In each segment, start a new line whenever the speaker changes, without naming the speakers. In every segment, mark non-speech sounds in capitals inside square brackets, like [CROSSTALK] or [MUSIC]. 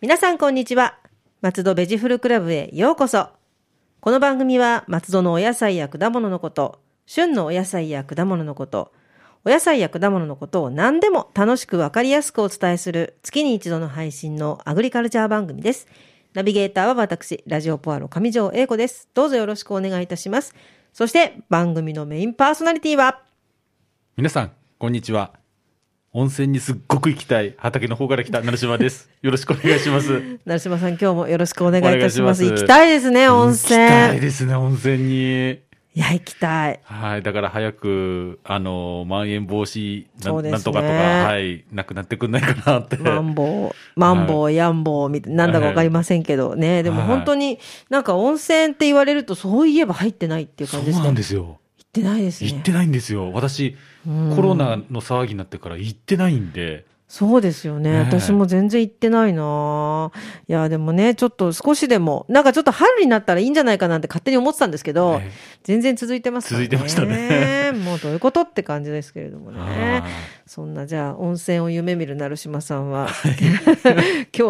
皆さんこんにちは。松戸ベジフルクラブへようこそ。この番組は松戸のお野菜や果物のこと、旬のお野菜や果物のこと、お野菜や果物のことを何でも楽しくわかりやすくお伝えする月に一度の配信のアグリカルチャー番組です。ナビゲーターは私、ラジオポアロ上条英子です。どうぞよろしくお願いいたします。そして番組のメインパーソナリティは、
皆さん、こんにちは。温泉にすっごく行きたい畑の方から来た成島です。よろしくお願いします。
成島さん今日もよろしくお願いいたします。
お願いします
行きたいですね、温泉。
行きたいですね、温泉に。
いや、行きたい。
はい、だから早く、あの、まん延防止な、
そうんですね
なんとかとか、はい、なくなってくんないかなって。
マンボウ、マンボウ、ヤンボウみたいな、なんだかわかりませんけどね。でも
はい
本当に、なんか温泉って言われると、そういえば入ってないっていう
そ
感
う
じですね。
な
行
ん
っ
ですよ。
てないです
行っ
ね。
てないんですよ。私、コロナの騒ぎになってから行ってないんで。
そうですよね。
ねえ
私も全然行ってないなあいや、でもね、ちょっと少しでも、なんかちょっと春になったらいいんじゃないかなんて勝手に思ってたんですけど、
ね
全然続いてますからね。
続いてましたね。
[LAUGHS] もうどういうことって感じですけれどもね
あー。
そんな、じゃあ、温泉を夢見る成島さんは、 [LAUGHS] 今日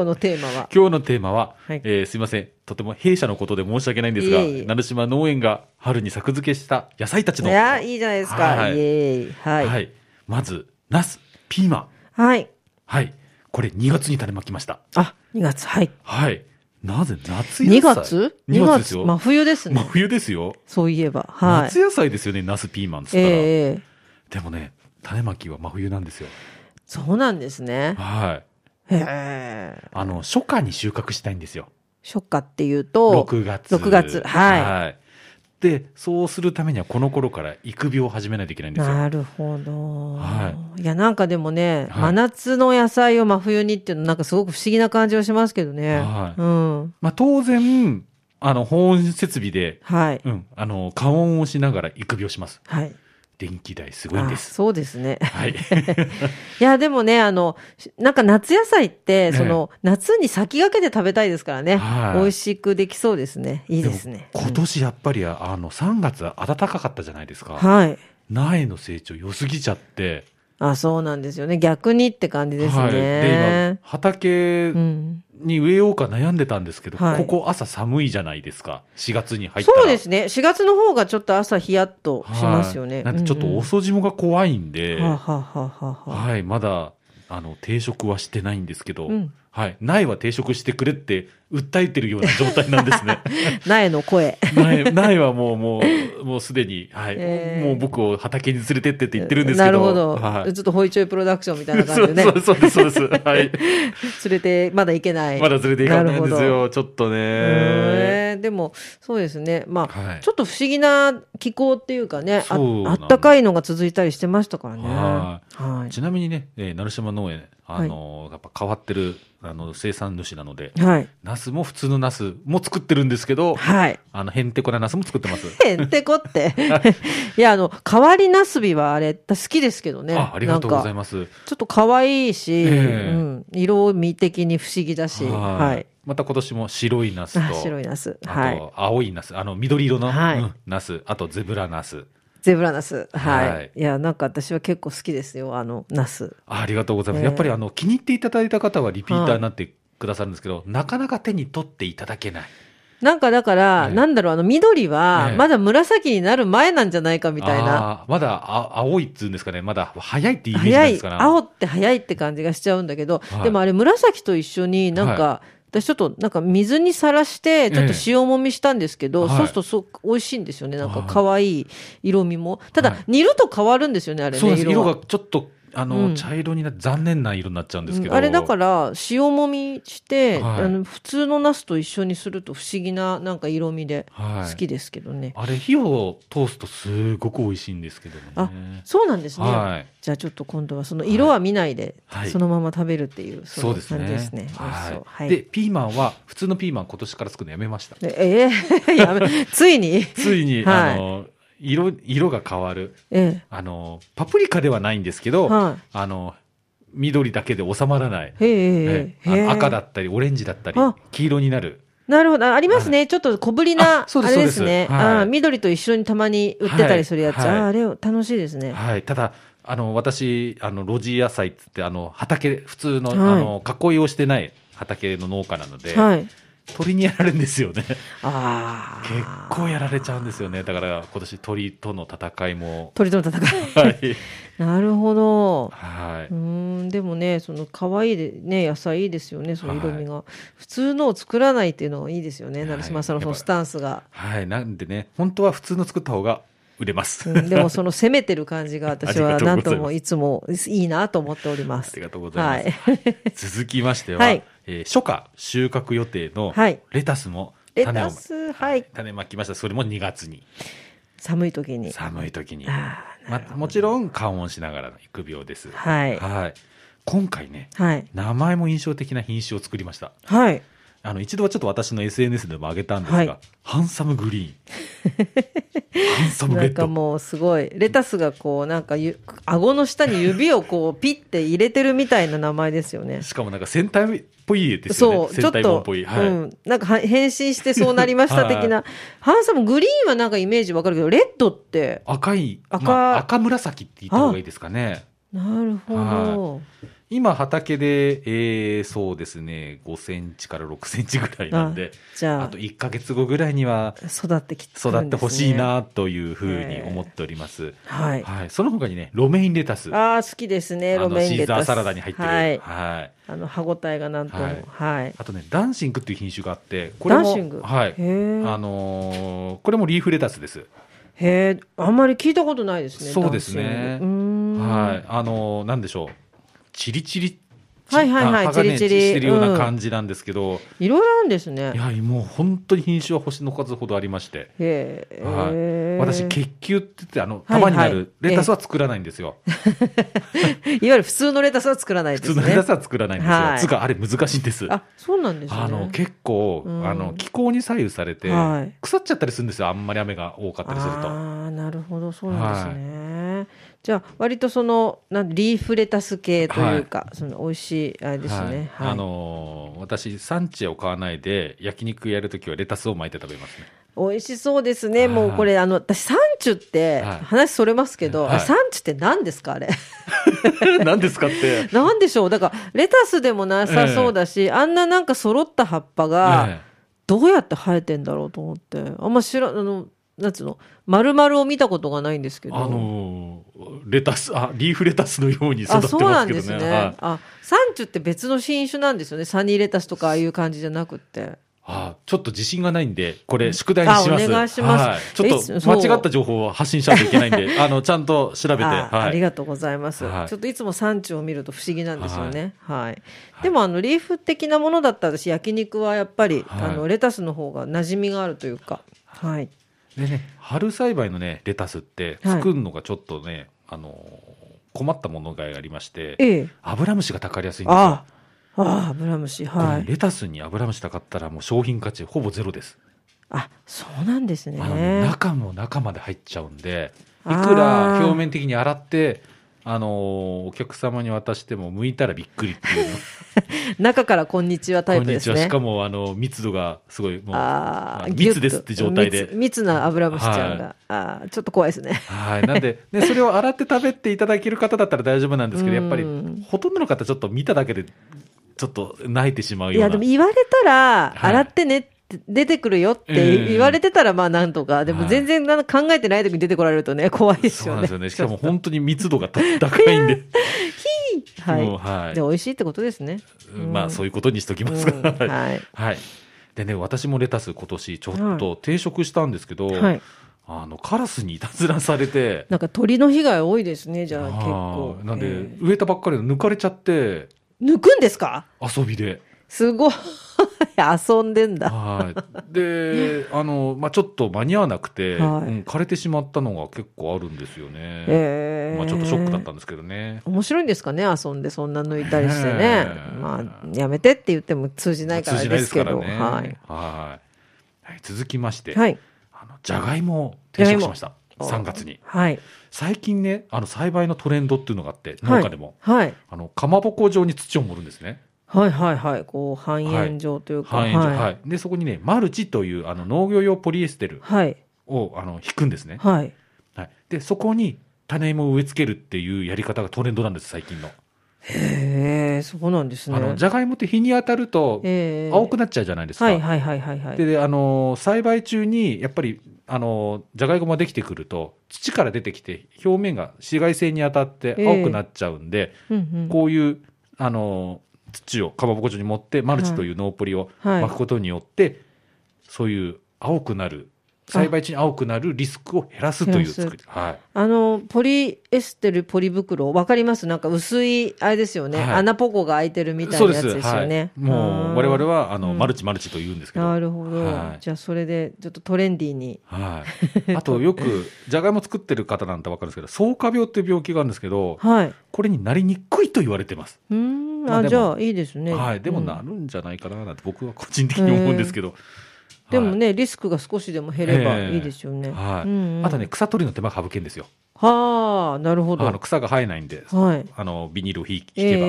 のテーマは、
今日のテーマは、
はい
えーすいません。とても弊社のことで申し訳ないんですが、
いえいえ
成島農園が春に作付けした野菜たち
い
の。
や、いいじゃないですか。
はい
イエーイ。はい。
は
はい。
い。まず、ナス、ピーマン。はい。これ2月に種まきました。
あ、2月。はい。
はい。なぜ夏野菜
2月
?2
?2
月です
月
よ。
真冬ですね
真。冬ですよ。
そういえば。はい。
夏野菜ですよね、ナス、ピーマンっつったら。
ええ
でもね、種まきは真冬なんですよ。
そうなんですね。
はい。
へえ。
あの、初夏に収穫したいんですよ。
初夏っていうと、
6月。
6月はい
で、そうするためにはこの頃から育苗を始めないといけないんですよ。
なるほど。、
はい
や、なんかでもね、
はい
真夏の野菜を真冬にっていうの、なんかすごく不思議な感じはしますけどね。
はい
うん。
まあ当然、あの、保温設備で、
はい。
うん、あの、加温をしながら育苗します。
はい。
電気代すごいんで
あ
す。
そうですね。
は
[LAUGHS]
い。
いや、でもね、あの、しなんか夏野菜って、
え
その、夏に先駆けて食べたいですからね。
はい
美味しくできそうですね。いいですね。
も今年やっぱりあの3月は暖かかったじゃないですか。
はい。
苗の成長良すぎちゃって。
あ、そうなんですよね。逆にって感じです
はい。で
ね。、
今、畑
うん。
に植えようか悩んでたんですけど、
はい
ここ朝寒いじゃないですか。4月に入ったら。
そうですね。4月の方がちょっと朝ヒヤッと
はい。
しますよね。
なんでちょっと
うんうん
遅霜が怖いんで、
はあ、はあはあはあはあ
はい、まだ、あの、定食はしてないんですけど、
うん
はい、苗は定食してくれって訴えてるような状態なん
[LAUGHS]
ですね。
苗の声。
苗苗はもう、もう、もうすでに、はい、
えー
もう僕を畑に連れてってって言ってるんですけど。
なるほど。
はい。
ちょっとホイチョイプロダクションみたいな感じでね。
そうそうそうです、そうです。はい。
連れて、まだ行けない。
まだ連れて行かないん
る
です
ほど
よ。ちょっとね。
えーでも、そうですね。まあ、
はい
ちょっと不思議な気候っていうかね、あ
そうなん
あったかいのが続いたりしてましたからね。は。
はいちなみにね、えー、成島農園、あのーやっぱ変わってる、あの、生産主なので、
はい。
ナスも普通のナスも作ってるんですけど、
はい。
あの、へんてこなナスも作ってます。
へんてこって。 [LAUGHS] いや、あの、変わりなすびはあれ、好きですけどね。
あ、ありがとうござい
なんか
ます。
ちょっと可愛いし、
ええ
うん、色味的に不思議だし、はい。
また今年も白いナス
あ
と、
白いナス。は
あ
い。
と青いナス、あの緑色の、
はい
うんナス、あとゼブラナス。
ゼブラナス。はい。
はいい、
や、なんか私は結構好きですよ、あの、ナス。
あありがとうございま
え
す。
え
やっぱりあの気に入っていただいた方はリピーターになってくださるんですけど、なかなか手に取っていただけない。
なんかだから、
ええ
なんだろう、あの、緑は
え、え
まだ紫になる前なんじゃないかみたいな。
あーまだあ青いっつうんですかね、まだ早いってイメージな
早
んで
い、
すかね。
青って早いって感じがしちゃうんだけど、
はい
でもあれ紫と一緒になんか、私ちょっとなんか水にさらして、ちょっと塩もみしたんですけど、
ええ
そうするとすごく美味しいんですよね。なんか
はい
可愛い色味も。ただ、
はい
煮ると変わるんですよね、あれね。
そうなんです。色
は
がちょっとあの、
うん
茶色になって残念な色になっちゃうんですけど。
うんあれだから塩もみして、
はい
あの普通のナスと一緒にすると不思議ななんか色味で
はい、
好きですけどね、
あれ火を通すとすごく美味しいんですけどね。
そうなんですね、
はい。
じゃあちょっと今度はその色は見ないで、
はい
そのまま食べるっていう
そ
そうう
で
ですす
ね。
ねですね
はい、
はい
で、ピーマンは、普通のピーマン今年から作るのやめました。
でええ [LAUGHS] やめついに、
つい
は
に、
い
あの、色、色が変わる。
え
あの、パプリカではないんですけ
え
ど、
は
あの、緑だけで収まらない。
い、へえ
ええ
へえ
あの赤だったり、オレンジだったり
あ、
黄色になる。
なるほどあありますね、ちょっと小ぶりなあ
あそうです
れですね
そうですはい
あ緑と一緒にたまに売ってたりするやつ、
はいはい
ああれ楽しいですね、
はい。ただ、あの、私、あの、路地野菜っつって、あの、畑、普通の、
はい
あの、囲いをしてない畑の農家なので、
はい。
鳥にやられるんですよね。
ああ。
結構やられちゃうんですよね。だから、今年鳥との戦い
[LAUGHS]
も、
鳥との戦い。
はい。
なるほど。
は
う
い。
ーんでもねその可愛いでね野菜いいですよねその色味が、普通のを作らないっていうのがいいですよね
はい
成島さんのそ
やっ
の
ぱ
スタンスが、
はい。なんでね、本当は普通の作った方が売れます。
うんでもその攻めてる感じが私は
[LAUGHS] ありが
何
とうご
とも
ざいます
いつもいいなと思っておりま
あ
す
りがとうございます。
はい、 [LAUGHS]
続きましては、
はい
えー初夏収穫予定の
はい
レタスも
レ
種を、
タスはい
種まきました。それも2月に、
寒い時に
寒い時に。
あー
まもちろん、緩温しながらの育苗です。
はい
はい。今回ね、
はい
名前も印象的な品種を作りました。
はい
あの、一度はちょっと私の SNS でも上げたんですが、
はい
ハンサムグリ
[LAUGHS]
ーン。ハンサム
な
レ
ん
ッド。
かもうすごいレタスがこうなんかゆ顎の下に指をこうピッて入れてるみたいな名前ですよね
しかもなんか戦隊っぽいですよね。
そう、ちょ
戦
っ
隊もんっ
と、
ぽい。はい。
うん、なんかは変身してそうなりました
はい
的な。ハンサム、グリーンはなんかイメージわかるけど、レッドって、
赤い、
赤
まあ赤紫って言った方がいいですかね。
なるほど。
今畑で、えーそうですね、5センチから6センチぐらいなんで、
じ
あ
ゃあ
と、1ヶ月後ぐらいには
育ってきて、
育ってほしい。なというふうに思っております。
はい。
はい。その他にね、ロメインレタス。
ああ、好きですね、ロ
あの
メイン
シ
レ
ーザ
タ
ー
ス。
サラダに入ってる。
はい。
はい
あの、歯ごたえがなんとも。
はい
はい。
あとね、ダンシングっていう品種があって、これも、
ダンシング
はい。
へえ
あのーこれもリーフレタスです。
へえ、あんまり聞いたことないですね。
そうですね
ダンシングうーん。
はい。あのーなんでしょう。チリチリ。
はいはいはい
あ葉がね
チリチリ
してるよう
う
なん感じなんですけど、
い。ろいろあるんです
い
ね。
や、もう本当に品種は星の数ほどありまして。
へ
はい、
え。[LAUGHS]
私、
いわ
結球って言って、あの、束にな
はいはい
るレタスは作らないんです
[LAUGHS]
よ。
ゆる普通のレタスは作らないです
普
ね。
通のレタスは作らないんですよ。
はい
つうか、あれ難しいんです。
あ、そうなんですね。
あの結構、
うん
あの気候に左右されて、
はい
腐っちゃったりするんですよあんまり雨が多かったりすると
ああなるほどそうなんですね、じゃあ割とそのなんリーフレタス系というか、その美味しいあれですね、
は
はいい
あのー私産地を買わないで焼肉やるときはレタスを巻いて食べ
[LAUGHS]
ますね
美味しそうですね、もうこれあの私サンチュって、
はい
話それますけど、
はい
あサンチュって何ですかあれ [LAUGHS]
何ですかって
何でしょうだからレタスでもなさそうだし、あんななんか揃った葉っぱが、
え
どうやって生えてんだろうと思ってあんま知らあのなんつうの丸々を見たことがないんですけ
え
ど
あのーレタスあリーフレタスのように育って
あ、
ますけ
そう
どね
なんですね。
はい
あ、サンチュって別の新種なんですよね。サニーレタスとかああいう感じじゃなくって。
あちょっと自信がないんでこれ宿題にします
あお願いします
はい、ちょ
えそ
っと
う
間違った情報を発信しないといけないんであのちゃんと調べて
ああ
はい
りがとうございます、
はい
ちょっといつも産地を見ると不思議なんですよね。はい。でもあのリーフ的なものだったら私焼肉はやっぱり、
はい
あのレタスの方が馴染みがあるというか。はい。
でね、春栽培のね、レタスって、
はい
作るのがちょっとね、あのー、困ったものがありまして、
ええ。
アブラムシがたかりやすいんですよ。
ああ、ああ、ブラムシ。
これね
はい。
レタスにアブラムシたかったらもう商品価値ほぼゼロです。
あ、そうなんですね。
あのね中も中まで入っちゃうんで、い
あー
くら表面的に洗って、あのーお客様に渡しても剥いたらびっくりっていう。
中からこんにちはタイ
こん
プで
に
す
ち
ね。
は。しかも、あの、密度がすごい、もう、
あ
あ
あ、
の
ギュッと
密ですって状態で
密。密なアブラムシちゃんが。
は
ああ、ちょっと怖いですね。
はい。なんで、ね、それを洗って食べていただける方だったら大丈夫なんですけど、
うん
やっぱり、ほとんどの方ちょっと見ただけで、ちょっと泣いてしまう
い
よう
や、
な。
でも言われたら、
はい
洗ってねって出てくるよっ
え
て
え
言われてたら、まあなんとか。でも
はい
全然なんか考えてない時に出てこられるとね、怖いです
そう
よ
な
ね。
んですよね。しかも本当に密度が高いんで。も
[LAUGHS]
う
は。
はいい
で、美味しいってことですね。うん
まあ、そういうことにしときます
うん
が。はい。
はい。
はい。でね、私もレタス今年ちょっと定食したんですけど、
はい。
あの、カラスにいたずらされて、
なんか鳥の被害多いですね、じゃあ
あー
結構。
なんで、
え
植えたばっかりの抜かれちゃって、
え抜くんですか
遊びで。
すごい。遊んでんだ。
はい。で、あの、まあ、ちょっと間に合わなくて、
はい
うん枯れてしまったのが結構あるんですよね。
ええ
まあ、ちょっとショックだったんですけどね。
面白いんですかね遊んでそんな抜いたりしてね、
ええ
まあやめてって言っても通じないから
通じ
ですけどは
ね。
い、
はい。はい続きまして、
はい
あの、じゃがいもを定食しました。
じゃがいも
3月に。
はい
最近ね、あの、栽培のトレンドっていうのがあって、農家でも。
はい
あの、かまぼこ状に土を盛るんですね。
はいはいはいこう半円状というか
半
はい
円状。はい。で、そこにね、マルチという、あの、農業用ポリエステル
はい
を、あの、引くんですね。
はい
はい。で、そこに種芋を植え付けるっていうやり方がトレンドなんです、最近の。
へえ、そうなんですね。
あの、じゃがいもって日に当たると、
ええ
青くなっちゃうじゃないですか。
はいはいはいはいはい。
でであの栽培中にやっぱりあのじゃがいもができてくると土から出てきて表面が紫外線に当たって
ええ
青くなっちゃうんで、
うんうん
こういうあの土をかまぼこ状に持ってマルチというノーポリを
はい
巻くことによって、そういう青くなる栽培中に青くなるリスクを減らすという
減ら
作り、はい、
あのポリエステルポリ袋わかりますなんか薄いあれですよね、
はい
穴ポコが開いてるみたいなやつですよね、
はい、もう我々
は
はあの、
うん
マルチマルチと言うんですけど
なるほど、
はい
じゃあそれでちょっとトレンディーに
はい、あとよくじゃがいも作ってる方なんてわかるんですけど草加病っていう病気があるんですけど
はい
これになりにくいと言われてます、
うーん
まあ
あ
でも
じゃあいいですね
はい、でも
うん
なるんじゃないかななんて僕は個人的に思うんですけど、
でも
はい
ねリスクが少しでも減ればいいですよね、
はい
うんうん
あとね草取りの手間が省けんですよ
はあなるほど
あ
は
の
い
草が生えないんで
え
あのビニールを引
え
けば、
ええ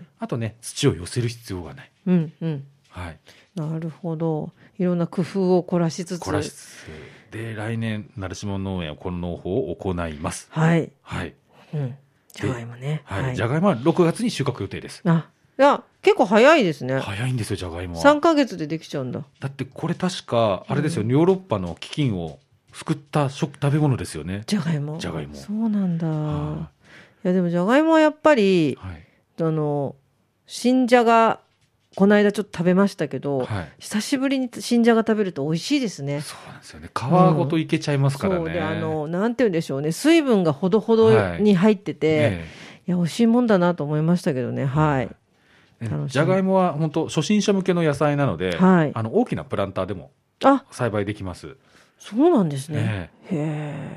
ええ
あとね土を寄せる必要がない、
えうんうん
はい、
なるほどいろんな工夫を凝らしつつ
凝らしつつで来年成島農園はこの農法を行います
はい、
はい、
うん、じゃがいもね
はいじゃがいもは6月に収穫予定です
あ、いや、結構早いですね。
早いんですよじゃがいもは
三ヶ月でできちゃうんだ。
だってこれ確かあれですよ、ヨーロッパの飢饉を救った食食べ物ですよね。
じゃがいも。
じゃがいも
そうなんだ。
はい
や、でもじゃがいもはやっぱり、
はい
あの、新じゃが。この間ちょっと食べましたけど、
はい、
久しぶりに新じゃが食べると美味しいですね。
そうなんですよね皮ごといけちゃいますからね。
そうで、あの、なんて言うんでしょうね、水分がほどほど
はい
に入ってて。い、
え
や、美味しいもんだなと思いましたけどね。はい。
え
楽しみ
じゃがいもは本当初心者向けの野菜なので、
はい
あの大きなプランターでも
あ、
栽培できます。
そうなんですね。
ええ
へ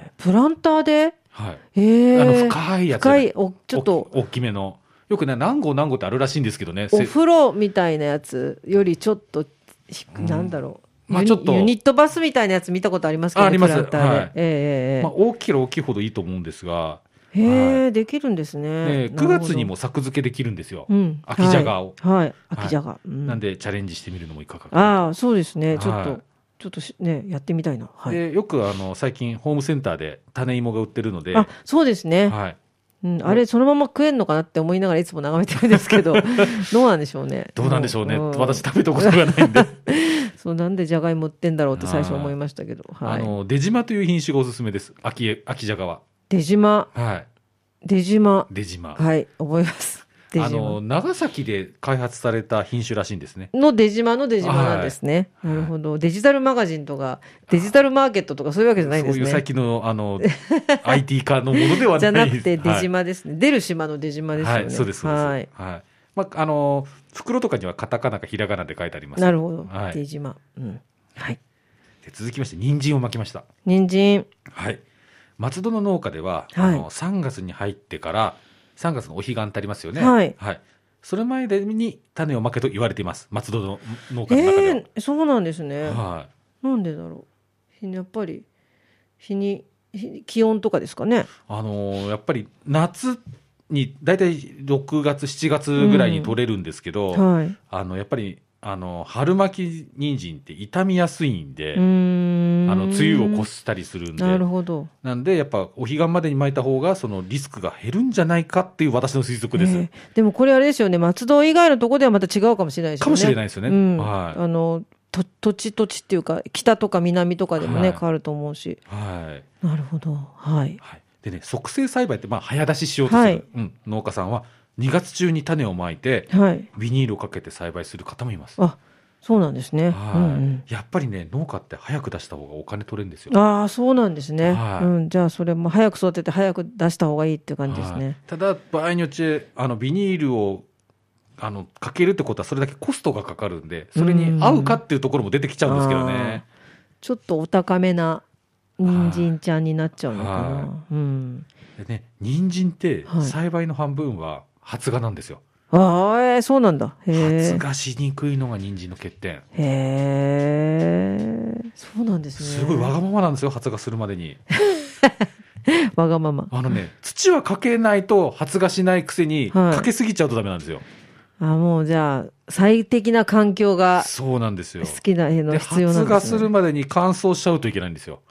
え、プランターで。
はい、
へえ。
あの深いやつ
深い、お、ちょっと。
お大きめのよくね何号何号ってあるらしいんですけどね。
お
せ
風呂みたいなやつよりちょっと低く、
うん
なんだろう、
まあ
ユニ
ちょっと
ユニットバスみたいなやつ見たことありますけど、
ああります
プランターで
はい
ええええ
まあ、大きければ大きいほどいいと思うんですが、
へえ、できるんですね、
ええ9月に
なる
も作付けできるんですよ。
ほど、うん、
秋じゃがを
はい、はい秋じゃが、うん
なんでチャレンジしてみるのもいかがかな
ああそうですねちょっと、
はい
ちょっとしねやってみたいなはい
でよくあの最近ホームセンターで種芋が売ってるので、
あそうですね、
はい、
うん、あれそのまま食えんのかなって思いながらいつも眺めてるんですけ
[LAUGHS]
どどうなんでしょうね
どうなんでしょうね、
ん
私食べたことがな
[LAUGHS]
いんで、
そうなんでじゃがいも売ってんだろうって最初思いましたけど、
あ
はい、
の出島という品種がおすすめです秋秋じゃがは、
出島
はい、
出島
出島
はい、覚えます。出
あ
島
の長崎で開発された品種らしいんですね
の出島の出島なんですね。
はい
なるほど。デジタルマガジンとか、デジタルマーケットとかそういうわけじゃないんで
そう
す
いう最
ね。
近のあの [LAUGHS] IT 化のものではない
じゃなくて出
島
島ですね。出る島の出島ですよ
は
ね。
い、はい、そうですそうです
は
はいい、まあ、あの袋とかにはカタカナかひらがなで書いてあります
なるほど。
はい
出島。うん。はい。
で続きまして人参を巻きました
人参。
はい、松戸の農家では、
はい
あの3月に入ってから3月のお彼岸ってありますよね、
はい
それ前でに種をまけと言われています松戸の農
え
家の中では、
えそうなんですね。
はい
なんでだろう。やっぱり、日に、日に気温とかですかね。
あのーやっぱり夏に大体6月7月ぐらいに取れるんですけど、
はい。
あのやっぱりあの春巻き人参って傷みやすいんで、
うーん
あの梅雨を越したりするんで
なるほど。
なんでやっぱお彼岸までに巻いた方がそのリスクが減るんじゃないかっていう私の推測です、
ええでもこれあれですよね、松戸以外のとこではまた違うかもしれないですよね。
かもしれないですよね
うん
はい
あのと土地土地っていうか、北とか南とかでもね、
はい
変わると思うし。
はい
なるほど。はい。
はい、でね促成栽培ってまあ早出ししようとする、
はい
うん、農家さんは2月中に種をまいて
はい。
ビニールをかけて栽培する方もいます、
あ、そうなんですね。
はい
うん
やっぱりね農家って早く出した方がお金取れるんです
うん、
よ
ああ、そうなんですね。
はい
うん、じゃあ、それも早く育てて、早く出した方がいいっていう感じです
はい
ね。
ただ場合によってあのビニールをあのかけるってことはそれだけコストがかかるんでそれに合うかっていうところも出てきちゃうんですけどね
ちょっとお高めな人参ちゃんになっちゃうのかな
は。
うん。
でね人参って
はい
栽培の半分は発芽なんですよ、
ああ、えーそうなんだ。へえ
発。芽しにくいのが人参の欠点
へえ。そうなんですね。
すごいわがままなんですよ発芽するまでに
わがまま。
あのね、土はかけないと発芽しないくせに、
はい
かけすぎちゃうとダメなんですよ。
あ、もうじゃあ、最適な環境が
そうなんですよ
好。きな絵の
で、
必要な
発
んで
芽
す、ね。
するまでに乾燥しちゃうといけないんですよ。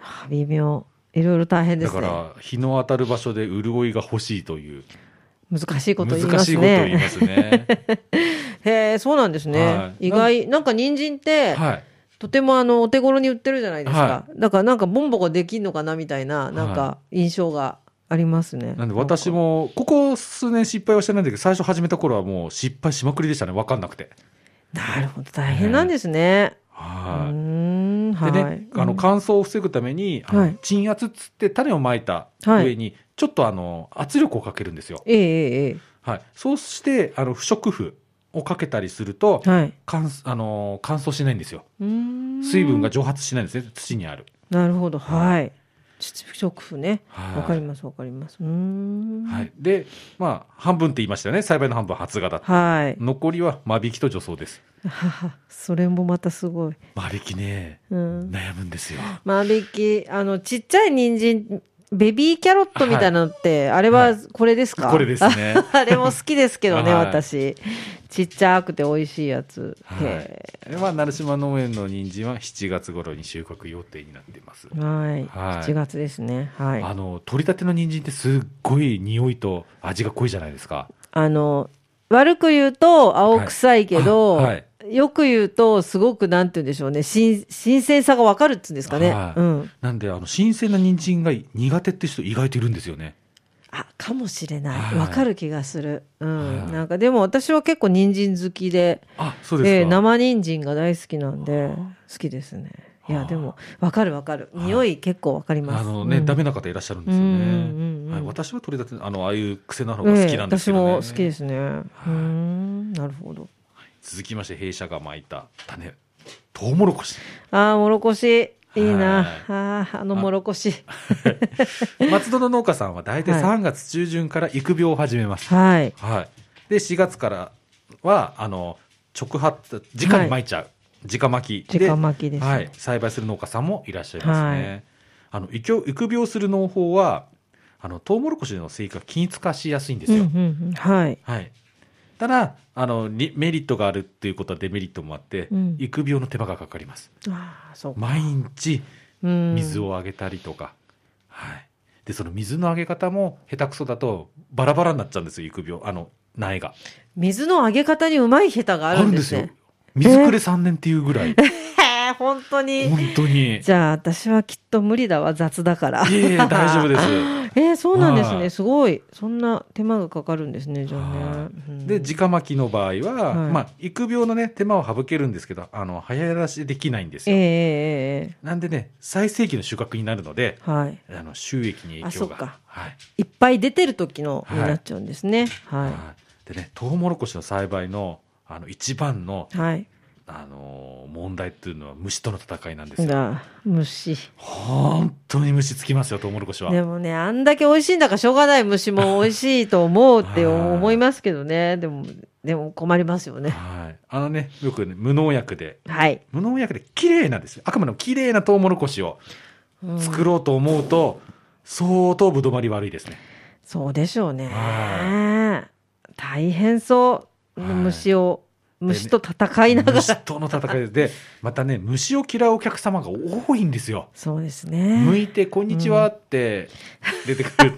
あ微妙。いろいろ大変で
だ
す
か
ね。
ら日の当たる場所で潤いが欲しいという
難しいこと
難
言いま
しい
す
ことを言いま
ね。
すね。
[LAUGHS] へえ、そうなんですね。
はい
意外、なんか人参って、
はい、
とてもあの、お手頃に売ってるじゃないですか。
は
だからなんかボンボができんのかなみたいな、なんか印象がありますね。
なんで私
なんか。
もここ数年失敗はしてないんだけど最初始めた頃はもう失敗しまくりでしたね分かんなくて。
なるほど、大変なんですね。うー
はい
ん、はい。
でね、あの
うん
乾燥を防ぐために、あの
はい
鎮圧っつって種をまいた上に、ちょっとあの圧力をかけるんですよ。
ええええ
はい、そうしてあの不織布をかけたりすると
ええ。はい。
乾あの乾燥しないんですよ。
うーん
水分が蒸発しないんですね土にある。
なるほど、はい。ち不織布ね。
はい
わかります、わかります。うーん。
はい、で、まあ、半分って言いましたよね栽培の半分は発芽だって
はい。 [LAUGHS]
残りは間引きと除草です
ははそれもまたすごい。
間引きね
うん。
悩むんですよ
間引き、あの、ちっちゃい人参、ベビーキャロットみたいなのって、あれはこれですか、
これですね
[LAUGHS]
[LAUGHS]
あれも好きですけどね、
はい
私。ちっちゃくて美味しいやつ。
はい
へ
でまあ成島農園の人参は7月頃に収穫予定になっています
ーはい。
はい
7月ですね。はい。
あ
あ
の取りたての人参ってすっごい匂いと味が濃いじゃないですか
の、悪く言うと青臭いけど、
はいはい
よく言うと、すごくなんて言うんでしょうね。新、新鮮さがわかるっつうんですかね。
はい
うん。
なんであの新鮮な人参が苦手って人意外といるんですよね
あかもしれな。
はいい
わかる気がする。うん。
はい
なんかでも私は結構人参好きで、
あそうですか、
えー生人参が大好きなんで、好きですね。いや、
はあ
でも、わかるわかる。
はい
匂い結構わかります。
あのね、
うん
ダメな方いらっしゃるんですよ
うんうんうんう
ね、
ん
はい、私は取りたてあのああいう癖なのが好きなんですけどね、
ええ私も好きですね。うーん、なるほど。
続きまして弊社が巻いた種トウモロコシ [LAUGHS]
ああ、もろこし。いいな。
は
ああ、あのもろこし。
松戸の農家さんは大体
はい
3月中旬から育苗を始めます、
はい。
はいで4月からはあの直発直に巻いちゃう、直巻 [LAUGHS] きで
直巻きですね
はい、栽培する農家さんもいらっしゃいますね、
は
あの育育苗する農法はあのトウモロコシの生育が均一化しやすいんです
うん
よ、
うんうんはい。
はい、ただあのリメリットがあるっていうことはデメリットもあって、
うん
育苗の手間がかかります
ああ、そうか。
毎日
うん
水をあげたりとか、はい、でその水のあげ方も下手くそだとバラバラになっちゃうんですよ育苗あの苗が
水のあげ方にうまい下手があるんです
よ
ね。
水くれ3年っていうぐらい、
へえ、本当に。
本当にい
じゃあ、私はきっと無理だわ、雑だから。
え
[LAUGHS]
いえ大丈夫です
えー、そうなんです
は
ね。
い
すごい。そんな手間がかかるんですね、じゃあ
は
ね。うん
いで直巻きの場合は、
はい
まあ育苗のね手間を省けるんですけどあの早出しでできないんです
ええ
よ、
えええ
なんでね最盛期の収穫になるので
えはい。
あの収益に影響
あそっか
がはい
いっぱい出てる時のになっちゃうんですね。は
はいでねトウモロコシの栽培のあの一番の
い。はい。
あのー問題っていうのは虫との戦いなんですよ。
が、虫。
本当に虫つきますよ、トウモロコシは。
でもね、あんだけ美味しいんだからしょうがない虫も美味しいと思うって思いますけどね。でも、でも困りますよね。
はい。あのね、よくね、無農薬で、
はい。
無農薬で綺麗なんですよ。あくまでも綺麗なトウモロコシを
うん
作ろうと思うと、相当ぶどまり悪いですね。
そうでしょうね
は。
大変そう。
はい
虫を、
ね
虫と戦いながら。
虫との戦いでで、またね、虫を嫌うお客様が多いんですよ。
そうです
向
ね。
いて、こんにちはって出てくる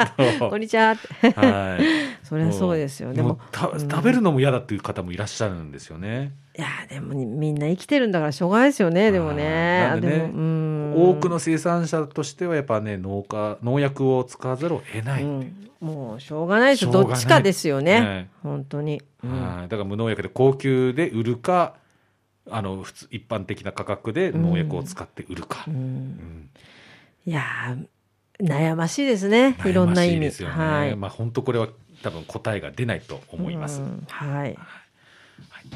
[LAUGHS]
と。
こんにちはって。
はい。
そりゃそうですよ。で
も
も
う、た
うん
食べるのも嫌だっていう方もいらっしゃるんですよね。
いや、でもみんな生きてるんだからしょうがないですよね。でもね。
はいなんでね
でもうん
多くの生産者としてはやっぱね農家農薬を使わざるを得ない、
うん、もうしょうがないです
しょうが
ど
ない
っちかですよね、
はい
本当に、うん
はいだから無農薬で高級で売るかあの普通一般的な価格で農薬を使って売るか、
う
うん
ん、
うん
いやー悩ましいですねいろんな
悩まし
意
い
味
ですよね、
はい、
まあ本当これは多分答えが出ないと思います、
うんはい
はい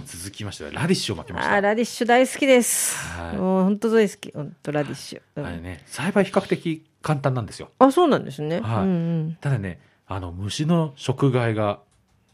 続きましてはラディッシュを巻きまし
あ
た
ーラディッシュ大好きです、
はい
もう本当大好き本当ラディッシュ、うん
あれね栽培比較的簡単なんですよ
あそうなんですね、
はい
うんうん、
ただねあの虫の食害が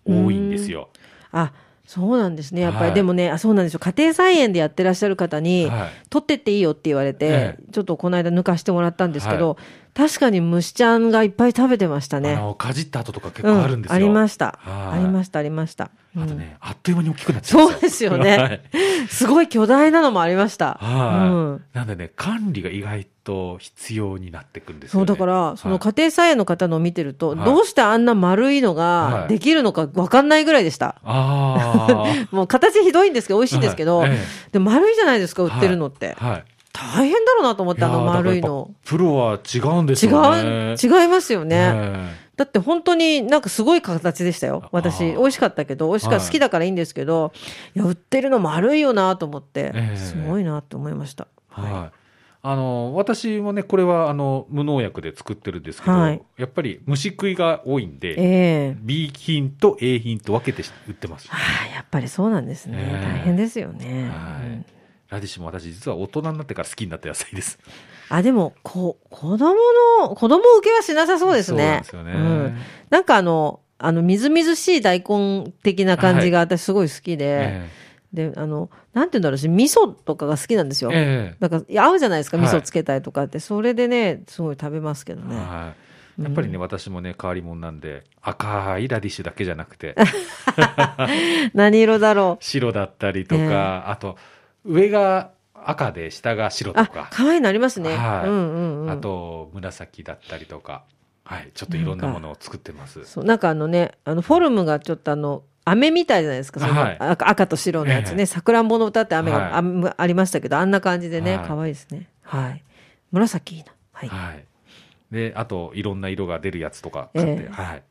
多いんですよ、
あそうなんですねやっぱり、
はい
でもねあそうなんですよ家庭菜園でやってらっしゃる方に、
はい
取ってっていいよって言われて、
え
ちょっとこの間抜かしてもらったんですけど、確かに虫ちゃんがいっぱい食べてました
あ
ね。
のかじった後とか結
うん
構あるんですよ、
ありました。
は
あ
い
りました、ありました。うん
あとねあっという間に大きくなっちゃうん
そうですよ
は
ね。
い
すごい巨大なのもありました。
はい
うん
なんでね管理が意外と必要になってくるんですよ、
そ
ね、
うだから、その
はい
家庭菜園の方のを見てると、
はい
どうしてあんな丸いの
は
が
い
できるのかわかんないぐらいでした。
ああ
もう形ひどいんですけど、美味しいんですけど、
はいえ
でも丸いじゃないですか、売ってるのって。
えはい
大変だろうなと思って、あの丸いの。
プロは違うんです
違
よ
う
ね、
違いますよね。
え
だって本当になんかすごい形でしたよ。私、
あー
美味しかったけど、美味しか、
はい
好きだからいいんですけど、いや、売ってるの丸いよなと思って、
ええ
すごいなと思いました。
え
はい
はいあの私もねこれはあの無農薬で作ってるんですけど、
はい
やっぱり虫食いが多いんで、
ええ
B 品と A 品と分けてし売ってます、
ああ、やっぱりそうなんですね。
ええ
大変ですよね。
はい
うん
ラディッシュも私実は大人になってから好きになった野菜です
あ、でも、こ、子供の、子供受けはしなさそうですね。
そうなんですよね、
んなんかあの、あの、みずみずしい大根的な感じが私すごい好きで、
え
で、あの、なんて言うんだろう、私味噌とかが好きなんですよ。
ええ
なんかいや合うじゃないですか
は
味
い
噌つけたりとかって、それでねすごい食べますけど
え
ね、
はいやっぱりね、私もね変わり者なんで赤いラディッシュだけじゃなくて
何色だろ
白だったりと
え
かあと上が赤で下が白
う
と
あ
か
可愛いのありますね、
はい
うんうんうん
あと紫だったりとかはいちょっといろんなものを作ってます
そうなんかあのねあのフォルムがちょっとあの飴みたいじゃないですかその、
はい
赤赤と白のやつ
え
ねさくらんぼの歌って雨が、
はい
あんありましたけどあんな感じでね
はい
可愛いですねはい紫いいなはい、
はいであといろんな色が出るやつとか買って、
ええ
はい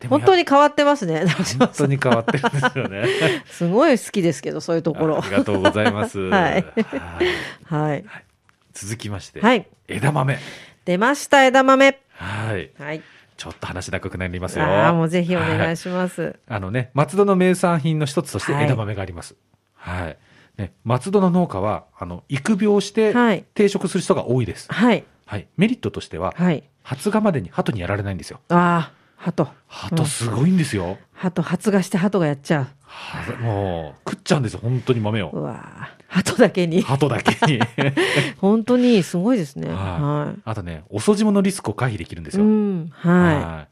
でも
本
や
当に変わってます
[LAUGHS]
ね [LAUGHS]
本当に変わってるんですよね
すごい好きですけどそういうところ
ありがとうございま
[LAUGHS]
す、
はい
はい
はい、
続きまして、
はい、
枝豆
出ました枝豆
はい
はい
ちょっと話長くなりますよ
ああもうぜひお願い
す、
します、
はいあのね松戸の名産品の一つとして
はい
枝豆がありますはい、ね、松戸の農家はあの育苗して
はい
定食する人が多いです、はい
はい
メリットとしては
はい。
発芽までに鳩にやられないんですよ
ああ、鳩。
鳩すごいんですよ、
鳩、発芽して鳩がやっちゃ
はもう食っちゃうんですよ本当に豆
う。
を
うわー鳩だけに。
鳩だけ
[LAUGHS]
に
本当にすごいですね。は。
はいあとね遅霜のリスクを回避できるんです
う
よ、
ん、は
は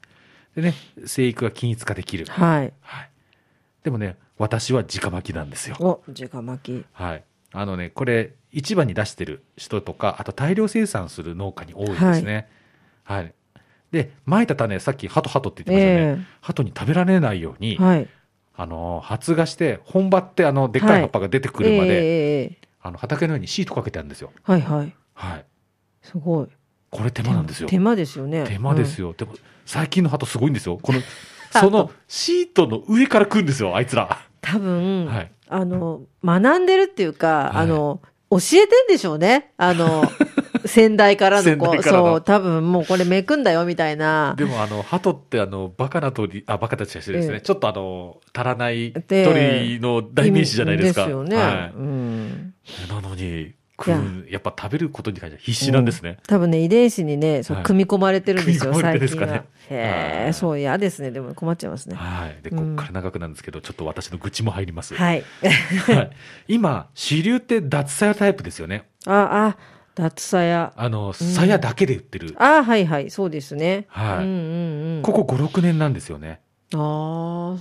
いでね生育が均一化できる
い。、はい。
はい、でもね私は直巻きなんですよ
お、直巻き。
はい。あのね、これ、市場に出してる人とか、あと大量生産する農家に多いですね。はい。で、まいた種、さっき、ハトハトって言ってましたよね。
え
ハトに食べられないよう
え
に、
はい。
あの、発芽して、本葉って、あの、でっかい葉っぱが出てくるまで、
ええ
あの、畑の上にシートかけてあるんですよ。
はいはい。
はい。
すごい。
これ手間なんですよ。
手
手
間ですよね。
間ですよ。でも、最近のハトすごいんですよ。
[LAUGHS]
この、その、シートの上から来るんですよ、あいつら。
うん。多分、
はい。
あの、学んでるっていうか、
はい
あの、教えてんでしょうね。あ
[LAUGHS]
の、先代からの
先
こ
代
う、
からの
そう、多分もうこれめくんだよみたいな。
でもあの鳩ってあのバカな鳥あバカたちがしてですね、
ええ
ちょっとあの足らない
で
鳥の代名詞じゃないですか。
ですよね。
は
うん。
い、なのに食うやっぱ食べることに関しては必死なんですね。
多分ね遺伝子にねそう
はい
組み込まれてるんですよ、
組み込まれて
最
です
近
か
は、
ね
へ
は
え
い
そう嫌ですねでも困っちゃいますねは
はい。で
う
こ
ん
っから長くなるんですけど、ちょっと私の愚痴も入ります。
い、
はい。今主流って脱サヤタイプですよね。
ああ脱サヤ
あのサヤだけで売ってる。
あはいはいそうですね
はい
うんうんうん
ここ5、6年なんですよね。
ああ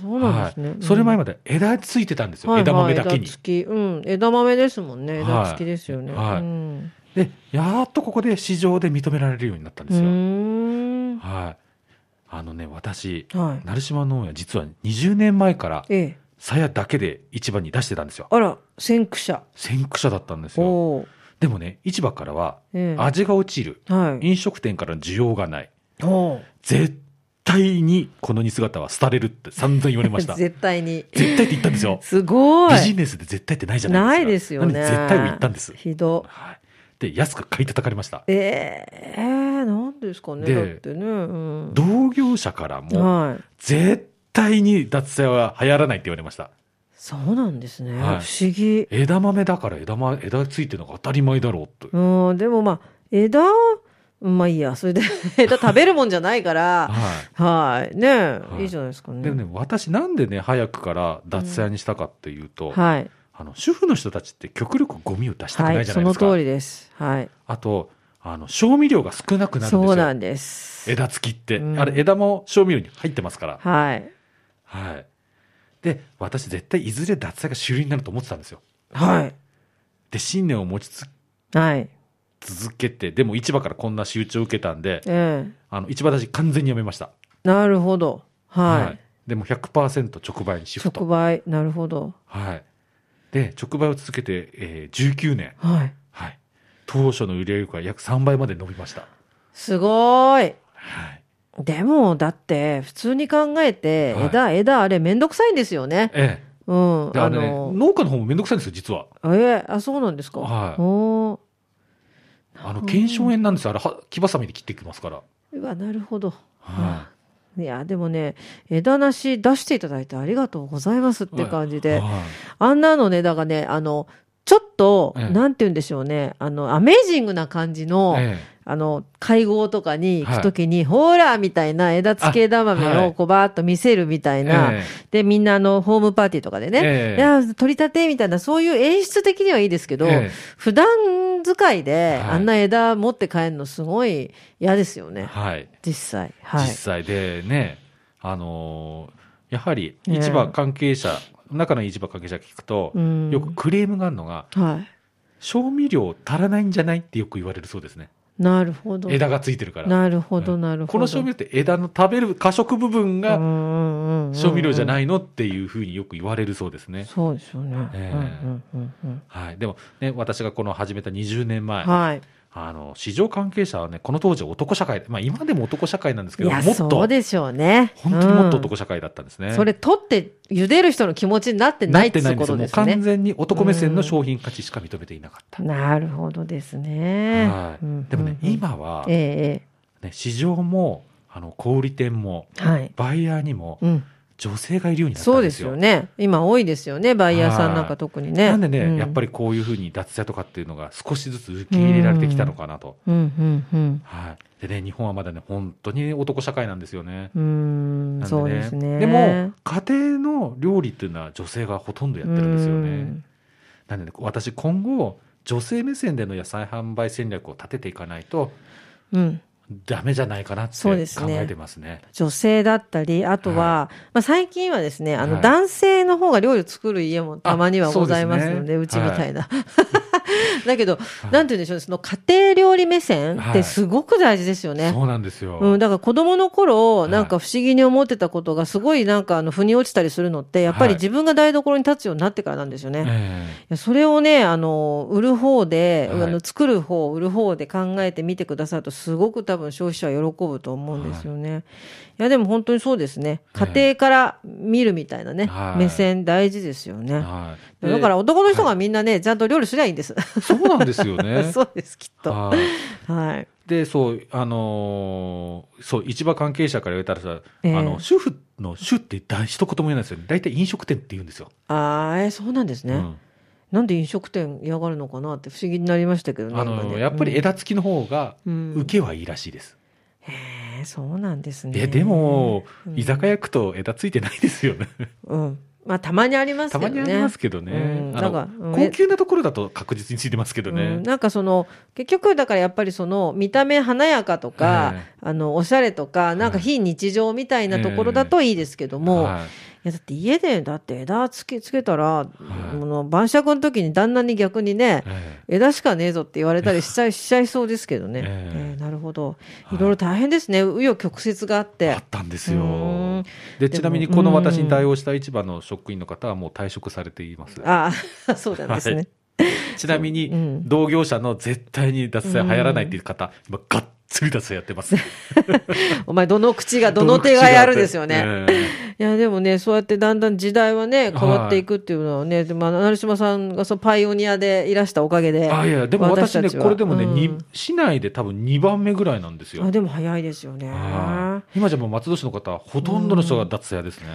そうなんですね、
はい。それ前
も
まで枝ついてたんですよ。枝豆だけに
枝。付きうん枝豆ですもんね
はい
枝付きですよね、
はい
うん
で、やっとここで市場で認められるようになったんで
う
すよ。
ーん
はい。あのね、私、
はい
成島農園、実は20年前から、
ええ
さやだけで市場に出してたんですよ。
あら先駆者
先駆者だったんです
お
よ。
おー
でもね、市場からは、
ええ
味が落ちる、
はい
飲食店からの需要がない、
おー
絶対にこの似姿は廃れるって散々言われま
[LAUGHS]
した。絶
絶対に
対って言ったんですよ。
[LAUGHS] すごい
ビジネスで絶対ってないじゃ
な
ないい
で
ですす
よ
か。
ね。
なので絶対を言ったんです。
ひど。
はい。で、安く買い叩かれました。
ええなんですかね。
で
だってね。うん、
同業者からも、
はい。
絶対に脱サヤは流行らないって言われました。
そうなんですね。
はい
不思議。
枝豆だから枝,、ま、枝ついてるのが当たり前だろうと、
うん、でもまあ、枝、まあいいや、それで、 [LAUGHS] 枝食べるもんじゃないから、
は
はい。ねえ、
い
い、いじゃないですか
い、
ね。
でもね私なんでね早くから脱サヤにしたかっていうと、
はい。
あの主婦の人たちって極力ゴミを出したく
は
ない
い、
じゃ
そ
ないで
の
すか、
通りです。はい。
あとあの、賞味料が少なくなるんです
そうな
よ。
んです。
枝付きって。
うん
あれ、枝も賞味料に入ってますから。
はい。
はい。で、私絶対いずれ脱菜が主流になると思ってたんですよ。
はい。
で、信念を持ちつ
はい。
続けて、でも市場からこんな仕打ちを受けたんで、
ええ
あの、市場出し完全にやめました。
なるほど。はい。
でも100%直売にシフ
触
ト。
媒、なるほど。
はい。で、直売を続けて、えー19年。
はい。
はい。当初の売上額が約3倍まで伸びました。
すごーい。
はい。
でも、だって、普通に考えて、
はい
枝、枝、あれ、めんどくさいんですよね。
え
うん。
え。で、あ
あ
のね、
の、
農家の方もめんどくさいんですよ、実は。
ええあ、そうなんですか。
はい
おー
あの、腱鞘炎なんですよ。あれ、は木ばさみで切ってきますから。
うわ、なるほど。
はい
や、でもね、枝なし出していただいてありがとうございますっ
い。
て感じ
は
で
い、
あんなのね、だからね、あの、ちょっと、
ええ
なんて言うんでしょうね、あの、アメージングな感じの、
え
あの、会合とかに行くときに、ほらみたいな枝付け枝
あは
豆を
い
こうバーッと見せるみたい
え
な、
え
で、みんなあの、ホームパーティーとかでね、
え
い
え
や、取り立てみたいな、そういう演出的にはいいですけど、
ええ
普段使いで、
はい
あんな枝持って帰るのすごい嫌ですよ
え
ね、
はい。
実際。は
実
い。
際でね、あのーやはり
ええ
市場関係者、中の市場関係者聞くと、
うん
よくクレームがあるのが、
はい。
賞味料足らないんじゃないってよく言われるそうですね。
なるほど。
枝がついてるから。
なるほ
う
ど、
ん
なるほど。
この賞味料って枝の食べる、過食部分が
が
賞味料じゃ
い。
ないのっていうふうによく言われるそうですね。
そうですよね。
ええ
うんうんうんうん
はい。でもね、私がこの始めた20年前、
はい。
あの、市場関係者はね、この当時は男社会、まあ今でも男社会なんですけ
い
ど、も
や、
っ
そ
と
う、でしょうね。
本当にもっと
うん
男社会だったんですね。
それ取って、茹でる人の気持ちになってないって
ん
こと
も
で
う
すね
完。全に男目線の商品価値しか認めていなかった。
なるほどですね。
はい
うん
でもね、、今
う
は
ん、ええ
ね、市場も、あの、小売店も、
ええはい。
バイヤーにも
うん、
女性がいるようになった
そ
ん
う
で
ですす
よ。
よね。今多いですよね。バイヤーさんなんか特にね。
なんでね、やっぱ
り。
りこういうふうに脱税とかっていうのが少しずつ受け入れられてきたのかなと。
うん、うん、
はい。でね、日本はまだね、本当に男社会なんですよね。
うん。うー、
なんん
そうですね。
でも、家庭の料理っていうのは女性がほとんどやってるんですよね。なんでね、私今後、女性目線での野菜販売戦略を立てていかないと、
うん。うん。
ダメじゃないかなって
そう
考
ですね
えてますね。
女性だったり、あとは、まあ、最近はですね、あ
は
の
い
男性の方が料理を作る家もたまには
あそ
ご
うです
ざい
ね
ますので、うちみたい
[LAUGHS]
な。だけど、
い
なんて言うんでしょうね、その家庭料理目線っ
は
て
い
すごく大事ですよね。
そうなんですよ。
うん、だから子供の頃、
い
なんか不思議に思ってたことが、すごいなんかあの、腑に落ちたりするのって、やっぱり
はい
自分が台所に立つようになってからなんですよね。い
え
やそれをね、あの、売る方で、
はい
あの作る方、売る方で考えてみてくださると、すごく多分消費者は喜ぶと思うんですよね。い、や、でも本当にそうですね。家庭から見るみたいなね、
はい
目線大事ですよね。
えはい。
だから
で、
男の人がみんなね、ちゃんと料理すりゃいいんです。
そうなんですよね。
[LAUGHS] そうです、きっと。は
はい
い。
で、そう、あのーそう、市場関係者から言われたらさ、
ええ
あの、主婦の主って大一言も言えないですよね。大体飲食店って言うんですよ。
ああ、えーそうなんですね。
うん
なんで飲食店嫌がるのかなって不思議になりましたけどね。
あ
今
の、
ね
やっぱり、枝付きの方が、
うん
受けはいいらしいです。
うんへえそうなんですね。
え、でも、
うん
居酒屋行くと枝ついてないですよね。
うん。まあ、たまにありますけ
た
どね。
まにありますけどね。
うん
あ
だ
の
からうん
高級なところだと確実についてますけどね。
うんなんかその結局だからやっぱりその見た目華やかとか、
え
あのおしゃれとかなんか
はい
非日常みたいなところだといいですけども、い
はい
やだって家でだって枝つけつけたら、あの晩酌の時に旦那に逆にね、
え
枝しかねえぞって言われたりしちゃいしちゃいそうですけどね、
[LAUGHS] ええ
ええなるほど
はい
いろいろ大変ですね紆余曲折があって。
あったんです
うーん
よ。で、
でも
ちなみにこの私に対応した市場の職員の方はもう退職されています。
あ [LAUGHS] あ、そうなんですね。
ちなみ
う
に
ん、
同業者の絶対に脱税流行らないっていう方、今、がっつり脱税やっ
[LAUGHS]
てます。
お前、どの口が、どの手がやるですよね。
え
い
え。
や、でもね、そうやってだんだん時代はね、変わっていくっていうのはね、でまあ、成島さんがそのパイオニアでいらしたおかげで。
あ、いや、でも私ね、
たちは
これでもね、
うん
に市内で多分2番目ぐらいなんですよ
あ。でも早いですよね。
はい今じゃもう松戸市の方、ほとんどの人が脱税ですね。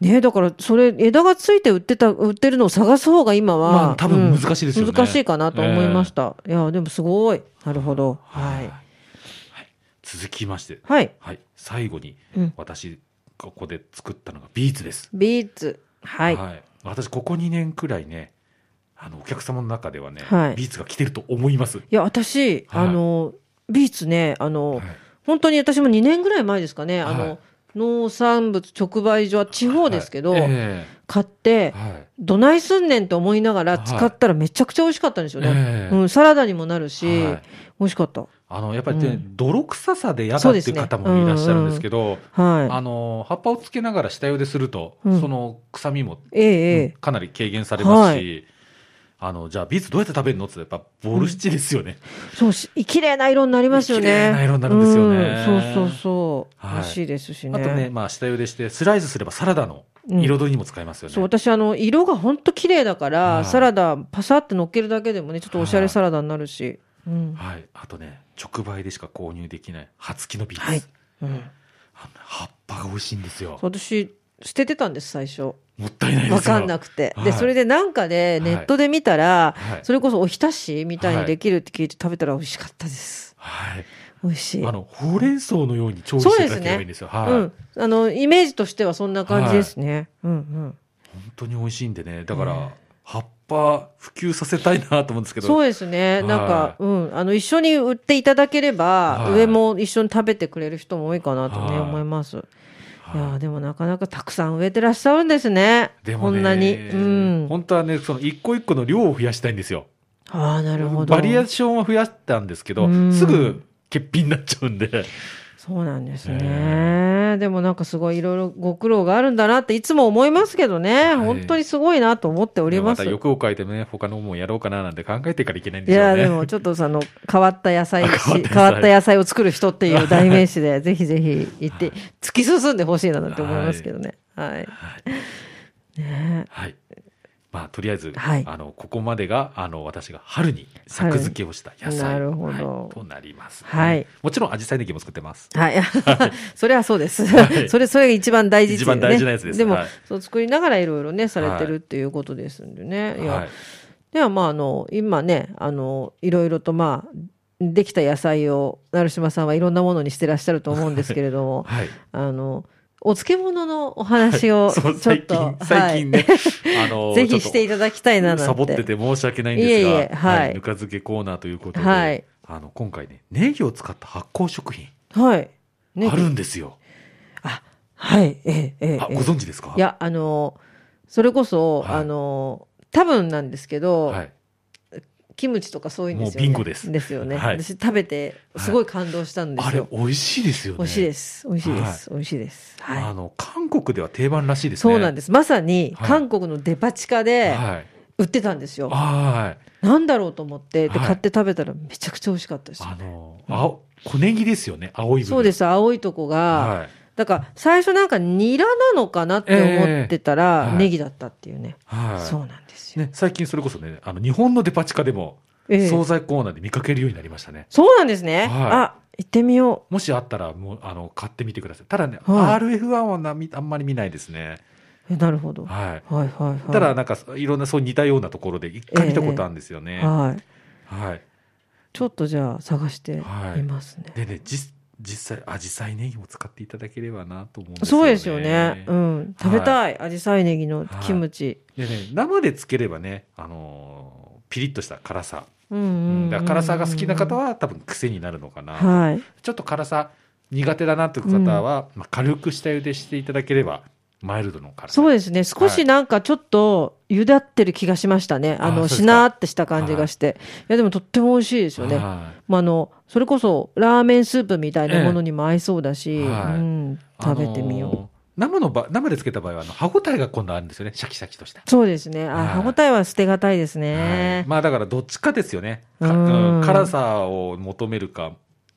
ねだから、それ、枝がついて売ってた、売ってるのを探す方が今は。
まあ多分
うん
難しいですよね
難しいかなと思いました。いや、でもすごい。なるほど。は
はい
い。
続きまして、
はい。
はい、最後に
うん
私、ここで作ったのがビーツです。
ビーツ。はい。
私、ここ2年くらいね、あの、お客様の中ではね、
はい
ビーツが来てると思います。
いや、私、
はい
あの、ビーツね、あの、
はい
本当に私も2年ぐらい前ですかね、あ
はい
の、農産物直売所は地方ですけど、
はいえ
買って
え、はい
どないすんねんと思いながら使ったらめちゃくちゃ美味しかったんですよね。
ええ
うん、サラダにもなるし、
はい
美味しかった。
あのやっぱりね、
うん
泥臭さで嫌だ
そう
っ
で
て
す
いう
ね
方もいらっしゃるんですけど、
は
あの葉っぱをつけながら下茹ですると、
うん
その臭みも
い。ええ、ええ。
かなり軽減されますし、あのじゃあビーツどうやって食べるのって言ったらやっぱボルシチですよね、
そうし、綺麗な色になりますよね。
綺麗な色になるんですよね
うんそうそうそう。
はい
らしいですしね。
あとね、まあ、下茹でしてスライスすればサラダの
うん
彩りにも使えますよね、
そう私あの色が本当綺麗だから、
はい
サラダパサって乗っけるだけでもねちょっとおしゃれサラダになるし、うん、
はい、あとね直売でしか購入できない初期のビーツ、
はいうん、
あの葉っぱが美味しいんですよ
私捨ててたんです最初
もったいないですよ
わかんなくて、
はい
でそれでなんかで
はい
ネットで見たら、
はい
それこそおひたしみたいにできるって聞いて食べたら美味しかったです
はい、
美味しい
あのほうれん草のように調理していただければいいんですよはい、
うん、あのイメージとしてはそんな感じですね、うんうん
本当に美味しいんでねだか
うん
ら葉っぱ普及させたいなと思うんですけど
そうですね、
はい
なんか、うん、あの一緒に売っていただければ、
はい
上も一緒に食べてくれる人も多いかなとね、
はい
思います。いや
は
ーでもなかなかたくさん植えてらっしゃるんですね。
いで
こ
もね
んなに。うん。
本当はねその一個一個の量を増やしたいんですよ
ああ、なるほど。
バリエーションは増やしたんですけど
うん
すぐ欠品になっちゃうんで
そうなんです
え
ね。でもなんかすごいいろいろご苦労があるんだなっていつも思いますけどね。
い
本当にすごいなと思っておりま。
ますた欲を変えてね他のもんやろうかななんて考えてからいけないん
い
です
や
よ
ー
ね
でもちょっとその変わった野菜
[LAUGHS] 変わった野
し
菜
変わった野菜を作る人っていう代名詞
[LAUGHS]
でぜひぜひ行って突き進んでほしいなって思いますけどね。はい。
はい
ね
はいまあとりあえず、
はい
あのここまでがあの私が春に作付けをした野菜、
なるほど
はいとなります、
はい
もちろん紫陽花ネギも作ってます
えはい。
[LAUGHS]
それはそうです。
はい
それ、それが一番大事っていうね
一番大事なやつです
でも
はい、
そう作りながらいろいろね、されてるっていうことですんでね。い
は
や
い、
では、まあ、あの、今ね、あの、いろいろと、まあ、できた野菜を、成島さんはいろんなものにしてらっしゃると思うんですけれど
[LAUGHS]
も、
はい
あの、お漬物のお話を、ち
そ
ょ
う
っ
最近、
と、
最近ね、あの、
[LAUGHS] ぜひしていただきたいななんて。
サボってて申し訳ないんです
い
が、
えいえはい
ぬか漬けコーナーということで、
はい
あの、今回ね、ネギを使った発酵食品、
はい。ね
あるんですよ。
あ、はい、ええ、ええ。
あ、
ええ
ご存知ですか
い、や、あの、それこそ、
はい
あの、多分なんですけど、
はい。
キムチとかそういうんですよね。
もうビンゴです
ですよね。
はい
私食べて、すごい感動したんで
あ
す
れ
よ。、
美味しいですよね。
美味しいです。美味しいです。美味しいです。はい。
あの、韓国では定番らしいですね。
そうなんです。まさに、
はい
韓国のデパ地下で
はい。
売ってたんですよ。
はい。
なんだろうと思って、で、
はい
買って食べたらめちゃくちゃ美味しかったです。
あの、青、小ネギですよね、青い部分。。
そうですす。青いとこが、
はい。
だから最初なんかニラなのかなって思ってた
ええ
ら、
はい
ネギだったっていうね。
はい。
そうなんですよ。
ね、最近それこそね、あの、日本のデパ地下でも、
ええ
惣菜コーナーで見かけるようになりましたね。
そうなんですね。
はい
あ、行ってみよ
もしあったら、もう、あの、買ってみてください。ただね、
はい
RF1 はなみあんまり見ないですね。
う。えなるほど。は
はい。
いはいはい。
ただ、なんか、いろんな、そう似たようなところで、一回見たことあるんですよね。
はい。
はい。
ちょっとじゃあ探してみますね。
でね、実実際、アジサイネギも使っていただければなと思うんですよね。
そうですよね。うん。食べたい。アジサイネギのキムチ。
でね、生でつければね、あのーピリッとした辛さ。
うん
うん
うん
だ
う
か
ん。
ら辛さが好きな方は、多分癖になるのかな。
はい。
ちょっと辛さ苦手だなという方は、まあ、軽く下茹でしていただければ、マイルドの辛さ。
そうですね。少しなんかちょっと、ゆだってる気がしましたね。あ
あそ
の、
うですか
しなーってした感じがして。いや、でもとっても美味しいですよね。
はい
まあ、あのそれこそラーメンスープみたいなものにも合いそうだし、
ええはい
うん、食べてみよう、
あのー生のば生でつけた場合はあの歯ごたえが今度あるんですよねシャキシャキとした、
そうですねあ、
はい
歯ごたえは捨てがたいですね
はい、まあだからどっちかですよねか
うん
うん辛さを求めるか、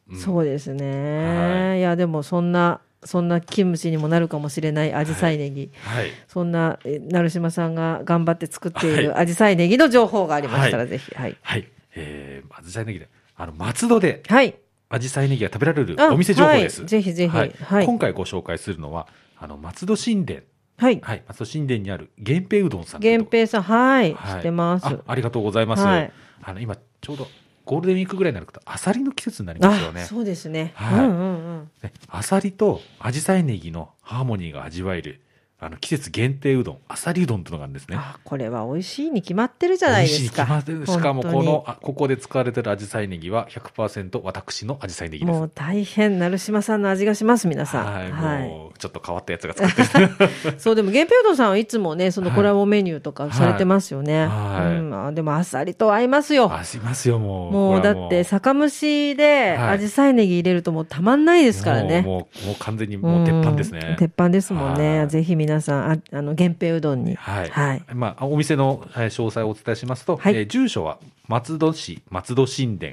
うん
そうですね、、
はい
やでもそんなそんなキムチにもなるかもしれないアジサイネギ、
はい
そんなえ成島さんが頑張って作ってい
は
るアジサイネギの情報がありましたら、
は
ぜひはい
はいえー、まあ紫陽花ネギであの松戸で
はい
紫陽花ネギが食べられる
あ
お店情報です、
はいぜひぜひはい
今回ご紹介するのはあの松戸神殿
はい
はい松戸神殿にある源平うどんさんという
源平さんはい、
はい
知ってます
あありがとうございます、
はい
あの今ちょうどゴールデンウィークぐらいになるとアサリの季節になりますよ
あ
ね
そうですね、
はい
うんうんうん
ねアサリとアジサイネギのハーモニーが味わえる、あの季節限定うどんあさりうどんっていうのがあるんですね
あこれは美味しいに決まってるじゃないで
美味しい
す
に
か
決まってるしかも
本当
こ
に
のあここで使われてるアジサイネギは100%私のアジサイネギです
もう大変成島さんの味がします皆さん
はい、
はい
もうちょっと変わったやつが
[LAUGHS]
作ってる
そうでも源平うどんさんはいつもねその
はい
コラボメニューとかされてますよね、
はい
うんあでもあっさりと合いますよ
あしますよもう
もう
これ
だ
は
って酒蒸しで
はい
アジサイネギ入れるともうたまんないですからね
もうもうもう完全にもう鉄板です
うん
ね
鉄板ですもん
は
ね
い
ぜひ皆さんああの源平うどんに
はい、
はい
まあ、お店のえー詳細をお伝えしますと、
はい
えー住所は松戸市松戸新田、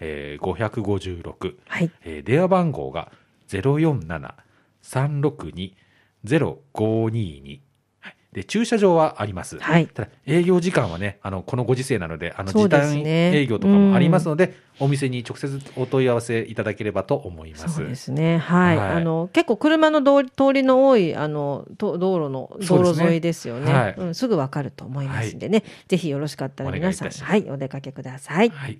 えー、556、
はい
えー電話番号が047-362-0522、はい、で駐車場はあります、
はい
ただ営業時間はねあのこのご時世なのであの
そう
時
です
短
ね
営業とかもありますので、お店に直接お問い合わせいただければと思います
そうですね、はい、
はい
あの結構車の通り通りの多いあのと道路の
そうで
道
すね
路沿いですよね。
はい
うんすぐわかると思いますんでね、ぜひよろしかったら皆さん
お願いいたしま
はいお出かけください。
はい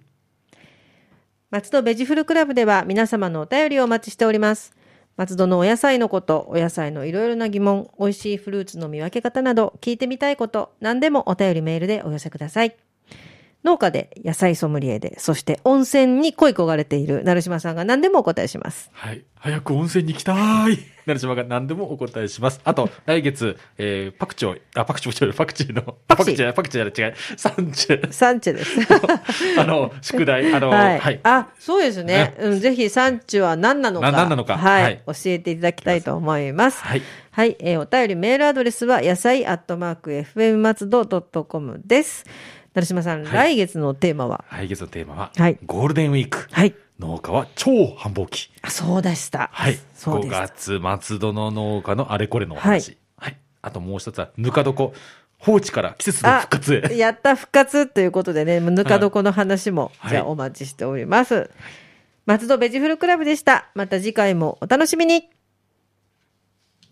松戸ベジフルクラブでは皆様のお便りをお待ちしております。松戸のお野菜のこと、お野菜のいろいろな疑問、美味しいフルーツの見分け方など、聞いてみたいこと、何でもお便りメールでお寄せください。農家で、野菜ソムリエで、そして温泉に恋焦がれている成島さんが何でもお答えします。
はい。早く温泉に行きた [LAUGHS] い。なるしまが何でもお答えします。あと、来月、えー、パクチョイ、あ、パクチョイじゃない、パクチーの、
パクチー
じゃない、パクチーじゃない、違う、サンチェ、
サンチェです。 [LAUGHS]
あの、宿題、あの、
は、
はいい。
あ、そうですね
ね。
うん、ぜひ産地は何なのか。
な何なのか
はい、
はい
教えていただきたいと思います。は、
はいい。
えーお便りメールアドレスは野菜アットマーク fm 松戸ドットコムです。成島さん、
は
来月のテーマは。
来月のテーマは、
はい
ゴールデンウィーク。
はい、
農家は超繁忙期。
あそうでした。
はい。
そうで
5
した。
月松戸の農家のあれこれのお話。はい。あともう一つは、ぬか床、放置から季節の復活へ。
やった復活ということでね、ぬか床の話も、
はい
じゃあお待ちしております。松戸ベジフルクラブでした。また次回もお楽しみに。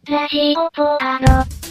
ラジオポアド。